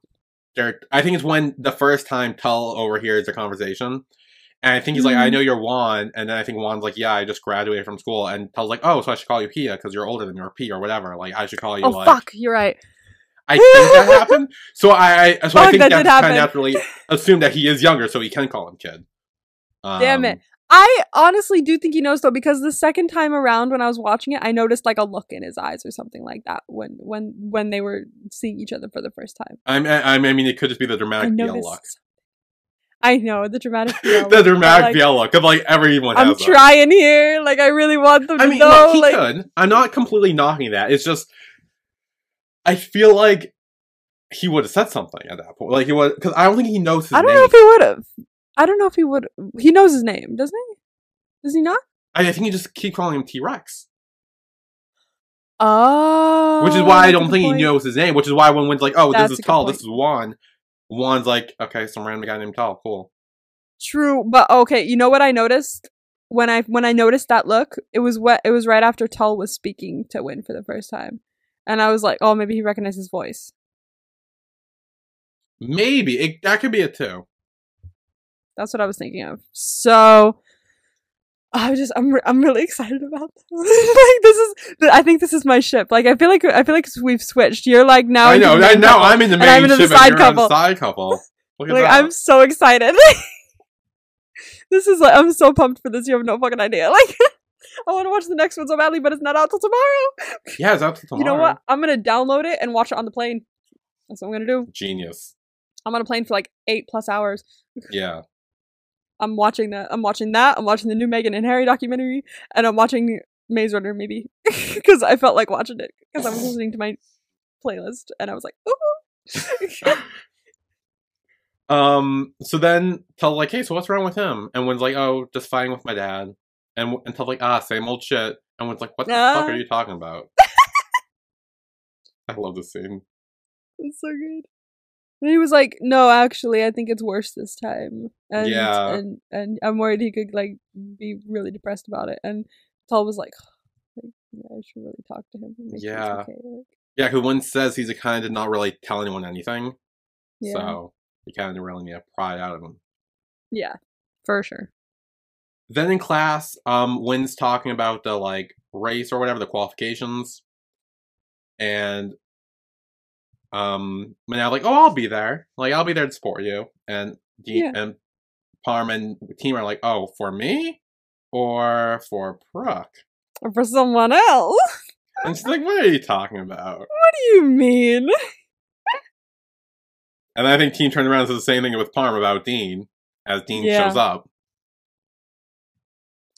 S2: they're I think it's when the first time Tull overhears the conversation, and I think he's like, I
S1: Mhm.
S2: know you're Juan, and then I think Juan's like, Yeah, I just graduated from school, and Tull's like, Oh, so I should call you Pia because you're older than me or P or whatever. Like I should call you
S1: Oh
S2: like
S1: fuck, you're right.
S2: I think that happened. So I, I so I
S1: Fuck,
S2: think
S1: that did
S2: that's kind of
S1: happen.
S2: naturally assumed that he is younger, so he can call him kid. Um,
S1: Damn it. I honestly do think he knows though because the second time around when I was watching it, I noticed like a look in his eyes or something like that when when when they were seeing each other for the first time.
S2: I'm, I'm, I mean, it could just be the
S1: I
S2: dramatic BL
S1: noticed.
S2: luck.
S1: I know the dramatic. BL
S2: the
S1: look, but,
S2: dramatic
S1: like,
S2: BL look, because like everyone
S1: I'm
S2: has that.
S1: trying here. Like I really want them
S2: I
S1: to
S2: mean,
S1: know.
S2: look, he
S1: like
S2: could. I'm not completely knocking that. It's just I feel like he would have said something at that point. Like he was because I don't think he knows his
S1: I don't
S2: name.
S1: know if he would have. I don't know if he would. He knows his name, doesn't he? Does he not?
S2: I, I think you just keep calling him T Rex,
S1: Oh,
S2: which is why I
S1: good
S2: don't think
S1: point.
S2: he knows his name. Which is why when Win's like, "Oh,
S1: That's
S2: this
S1: a
S2: is
S1: good
S2: Tall.
S1: point.
S2: This is Juan." Juan's like, "Okay, some random guy named Tall. Cool."
S1: True, but okay. You know what I noticed when I when I noticed that look? It was what it was right after Tull was speaking to Win for the first time, and I was like, oh, maybe he recognized his voice.
S2: Maybe it, that could be it too.
S1: That's what I was thinking of. So I was just I'm re- I'm really excited about this. like this is th- I think this is my ship. Like I feel like I feel like we've switched. You're like now
S2: I
S1: into
S2: know,
S1: the
S2: I
S1: main
S2: know.
S1: couple.
S2: I'm in the
S1: and I'm
S2: main
S1: in the
S2: ship,
S1: side
S2: and you're on
S1: couple.
S2: the side couple. Look at
S1: Like
S2: that.
S1: I'm so excited. this is like I'm so pumped for this. You have no fucking idea. Like I want to watch the next one so badly, but it's not out till tomorrow.
S2: yeah, it's out till tomorrow.
S1: You know what? I'm gonna download it and watch it on the plane. That's what I'm gonna do.
S2: Genius.
S1: I'm on a plane for like eight plus hours.
S2: Yeah.
S1: I'm watching that. I'm watching that. I'm watching the new Megan and Harry documentary, and I'm watching Maze Runner maybe because I felt like watching it because I was listening to my playlist and I was like, ooh.
S2: Um. So then tell like, hey, so what's wrong with him? And one's like, oh, just fighting with my dad. And w- and tell like, ah, same old shit. And one's like, what the fuck
S1: Ah.
S2: are you talking about? I love this scene.
S1: It's so good. And he was like, "No, actually, I think it's worse this time." And
S2: Yeah.
S1: and and I'm worried he could like be really depressed about it. And Tal was like, like, "I should really talk to him." and make sure it's
S2: Yeah.
S1: okay." Like,
S2: Yeah, because one says he's a kind to not really tell anyone anything.
S1: yeah.
S2: So you kind of really need to pry it out of him.
S1: Yeah, for sure.
S2: Then in class, um, Wynn's talking about the like race or whatever the qualifications, and um, Manal like, oh, I'll be there, like I'll be there to support you, and Dean
S1: Yeah.
S2: and Parm and team are like, oh, for me or for Brooke,
S1: Or for someone else.
S2: and she's like, what are you talking about?
S1: What do you mean?
S2: And I think Team turned around and says the same thing with Parm about Dean as Dean
S1: Yeah.
S2: shows up.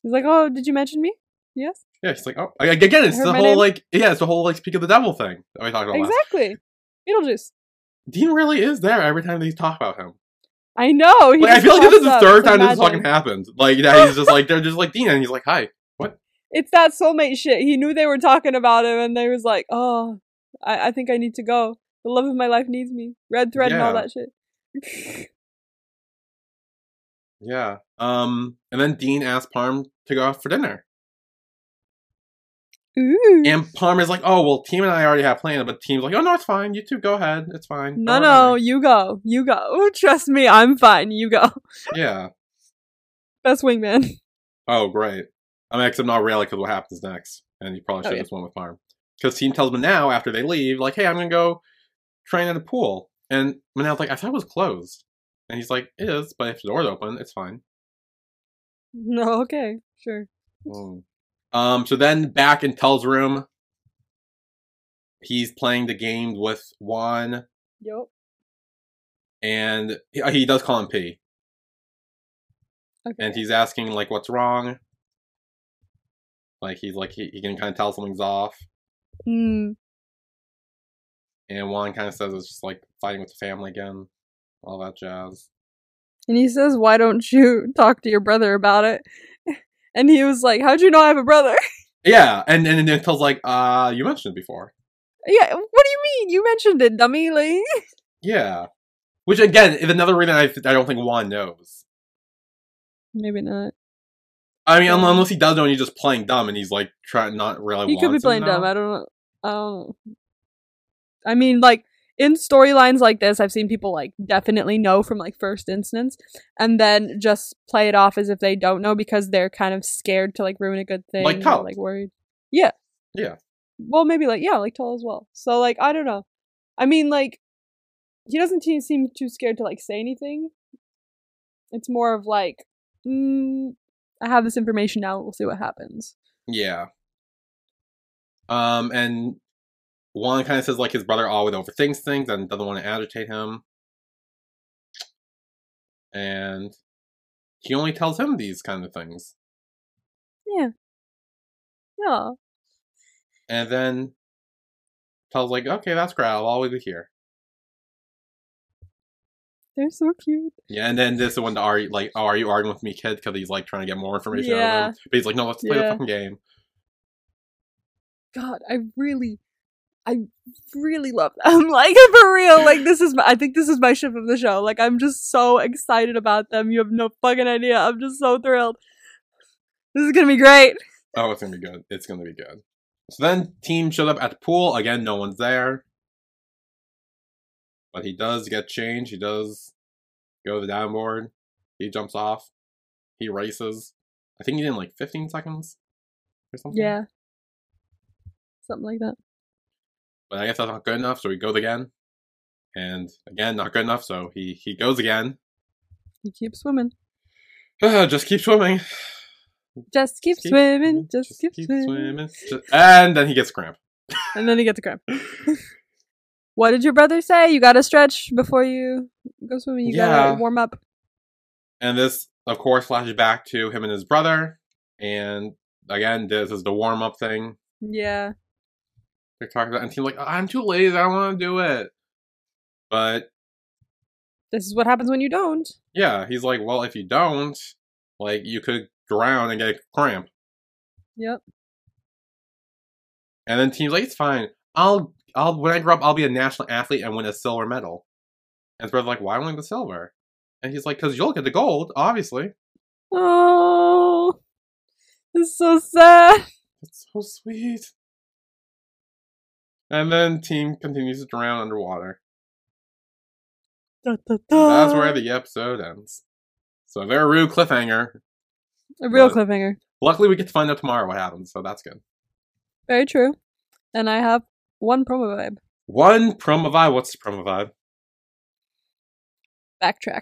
S1: He's like, "Oh, did you mention me?" Yes,
S2: Yeah, she's like, oh, I- again, it's
S1: Heard
S2: the
S1: my
S2: whole
S1: name.
S2: like, yeah, it's the whole like speak of the devil thing that we talked about last
S1: exactly. Beetlejuice.
S2: Dean really is there every time they talk about him.
S1: I know. he
S2: Like, I
S1: just
S2: feel like this
S1: pops
S2: is the
S1: up.
S2: third
S1: It's
S2: time
S1: like
S2: this has fucking
S1: magic.
S2: happened. Like that he's just like they're just like Dean, and he's like, "Hi."
S1: It's that soulmate shit. He knew they were talking about him, and they was like, "Oh, I, I think I need to go. The love of my life needs me. Red thread and all
S2: Yeah.
S1: that shit."
S2: Yeah. Um. And then Dean asks Parm to go out for dinner,
S1: Ooh.
S2: and Parm is like, "Oh well, Team and I already have plans." But Team's like, "Oh no, it's fine. You two go ahead. It's fine."
S1: no,
S2: Don't worry."
S1: no, you go, you go. Trust me, I'm fine. You go.
S2: Yeah.
S1: Best wingman.
S2: Oh great. I mean, except not really, because what happens next? And you probably
S1: Oh,
S2: should have
S1: yeah.
S2: just went with Parm, because Team tells Manal after they leave, like, "Hey, I'm gonna go train at the pool," and Manal's like, "I thought it was closed," and he's like, "It is, but if the door's open, it's fine."
S1: No, okay, sure. Mm.
S2: Um, so then back in Tell's room, he's playing the game with Juan,
S1: Yep.
S2: and he, uh, he does call him P,
S1: Okay.
S2: and he's asking like, "What's wrong?" Like he's like he, he can kind of tell something's off,
S1: Hmm.
S2: and Juan kind of says it's just like fighting with the family again, all that jazz.
S1: And he says, "Why don't you talk to your brother about it?" And he was like, "How'd you know I have a brother?"
S2: Yeah, and and then Tell's like, "Uh, you mentioned it before."
S1: yeah. What do you mean? You mentioned it, dummy. Like,
S2: Yeah, which again is another reason I I don't think Juan knows.
S1: maybe not.
S2: I mean, un-
S1: Yeah.
S2: unless he does know and he's just playing dumb and he's like trying not really.
S1: he could be
S2: wants to
S1: playing dumb.
S2: know.
S1: I don't know. I don't. Know. I mean, like in storylines like this, I've seen people like definitely know from like first instance, and then just play it off as if they don't know because they're kind of scared to like ruin a good thing,
S2: Like
S1: or,
S2: Tal.
S1: like worried. Yeah.
S2: Yeah.
S1: Well, maybe like yeah, like Tall as well. So like I don't know. I mean, like he doesn't te- seem too scared to like say anything. It's more of like, mm, I have this information now. We'll see what happens.
S2: Yeah. Um, and Juan kind of says like his brother always overthinks things and doesn't want to agitate him, and he only tells him these kind of things.
S1: Yeah.
S2: And then tells like, okay, that's great. I'll always be here.
S1: They're so cute.
S2: Yeah, and then this is the one that are you like, oh, are you arguing with me, kid? Because he's like trying to get more information out
S1: Yeah.
S2: of him. But he's like, no, let's play the
S1: Yeah.
S2: fucking game.
S1: God, I really, I really love them. Like for real, like this is. My, I think this is my ship of the show. Like I'm just so excited about them. You have no fucking idea. I'm just so thrilled. This is gonna be great.
S2: Oh, it's gonna be good. It's gonna be good. So then team showed up at the pool. Again, no one's there. But he does get changed. He does go to the downboard. He jumps off. He races. I think he did in like 15 seconds or something.
S1: Yeah, something like that.
S2: But I guess that's not good enough, so he goes again. And again, not good enough, so he, he goes again.
S1: You keep swimming.
S2: Just keep swimming.
S1: Just keep,
S2: Keep
S1: swimming. Just, keep, swimming.
S2: Ju- and then he gets cramp.
S1: And then you get the cramp. what did your brother say? You gotta stretch before you go swimming. You
S2: Yeah.
S1: gotta warm up.
S2: And this, of course, flashes back to him and his brother. And again, this is the warm up thing.
S1: Yeah.
S2: They're talking about, and he's like, I'm too lazy. I don't want to do it. But
S1: This is what happens when you don't.
S2: yeah, he's like, well, if you don't, like, you could drown and get a cramp.
S1: Yep.
S2: And then team's like, it's fine. I'll, I'll, when I grow up, I'll be a national athlete and win a silver medal. And his brother's like, why only the silver? And he's like, because you'll get the gold, obviously.
S1: Oh, it's so sad.
S2: That's so sweet. And then team continues to drown underwater.
S1: Da, da,
S2: And That's
S1: da.
S2: where the episode ends. So a very rude cliffhanger.
S1: a real
S2: Right.
S1: cliffhanger.
S2: Luckily, we get to find out tomorrow what happens, so that's good.
S1: Very true. And I have one promo vibe.
S2: One promo vibe. What's the promo vibe?
S1: Backtrack.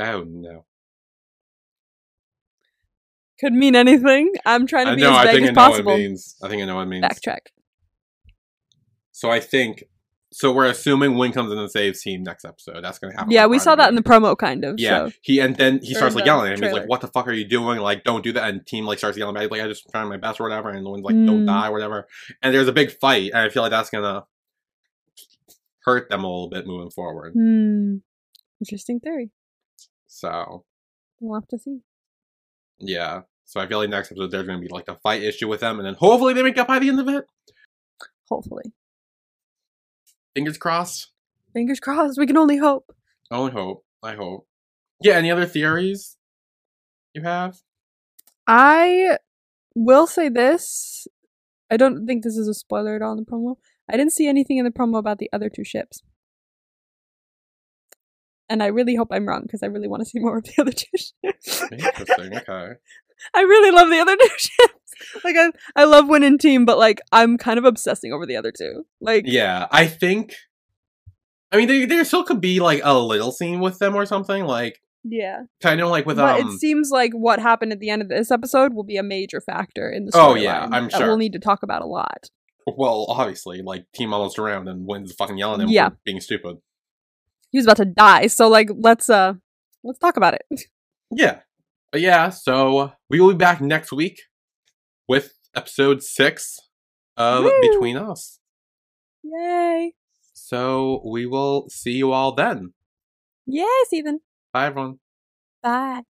S2: Oh no!
S1: Could mean anything. I'm trying to
S2: I
S1: be
S2: know.
S1: as
S2: I
S1: vague
S2: think I
S1: as
S2: know
S1: possible.
S2: what it means. I think I know what it means.
S1: Backtrack.
S2: So I think. So we're assuming Win comes in and saves team next episode. That's gonna happen.
S1: Yeah,
S2: like
S1: we
S2: right
S1: saw that in
S2: away.
S1: the promo, kind of.
S2: Yeah,
S1: So.
S2: he and then he
S1: Or
S2: starts
S1: in
S2: like
S1: the
S2: yelling at him. He's
S1: trailer.
S2: like, "What the fuck are you doing? Like, don't do that." And team like starts yelling back, like, "I just trying my best, or whatever." And Lynn's like, "Don't
S1: Mm.
S2: die, whatever." And there's a big fight, and I feel like that's gonna hurt them a little bit moving forward.
S1: Hmm. Interesting theory.
S2: So
S1: We'll have to see.
S2: yeah, so I feel like next episode there's gonna be like the fight issue with them, and then hopefully they make up by the end of it.
S1: Hopefully.
S2: Fingers crossed.
S1: Fingers crossed. We can only hope.
S2: I only hope. I hope. Yeah. Any other theories you have?
S1: I will say this. I don't think this is a spoiler at all in the promo. I didn't see anything in the promo about the other two ships. And I really hope I'm wrong because I really want to see more of the other two ships.
S2: Interesting. okay.
S1: I really love the other two ships. Like I, I love Win and Team, but like I'm kind of obsessing over the other two. Like
S2: Yeah, I think. I mean, there, there still could be like a little scene with them or something. Like,
S1: yeah.
S2: I know, like with
S1: but
S2: um,
S1: it seems like what happened at the end of this episode will be a major factor in the
S2: Oh,
S1: storyline.
S2: yeah, I'm
S1: that
S2: sure.
S1: We'll need to talk about a lot.
S2: well, obviously, like team almost around and wins fucking yelling at him
S1: Yeah.
S2: for being stupid.
S1: he was about to die. So like let's uh let's talk about it.
S2: Yeah, but yeah. So we will be back next week with episode six of
S1: Woo.
S2: Between Us.
S1: Yay.
S2: So we will see you all then.
S1: Yay, Stephen.
S2: Bye, everyone.
S1: Bye.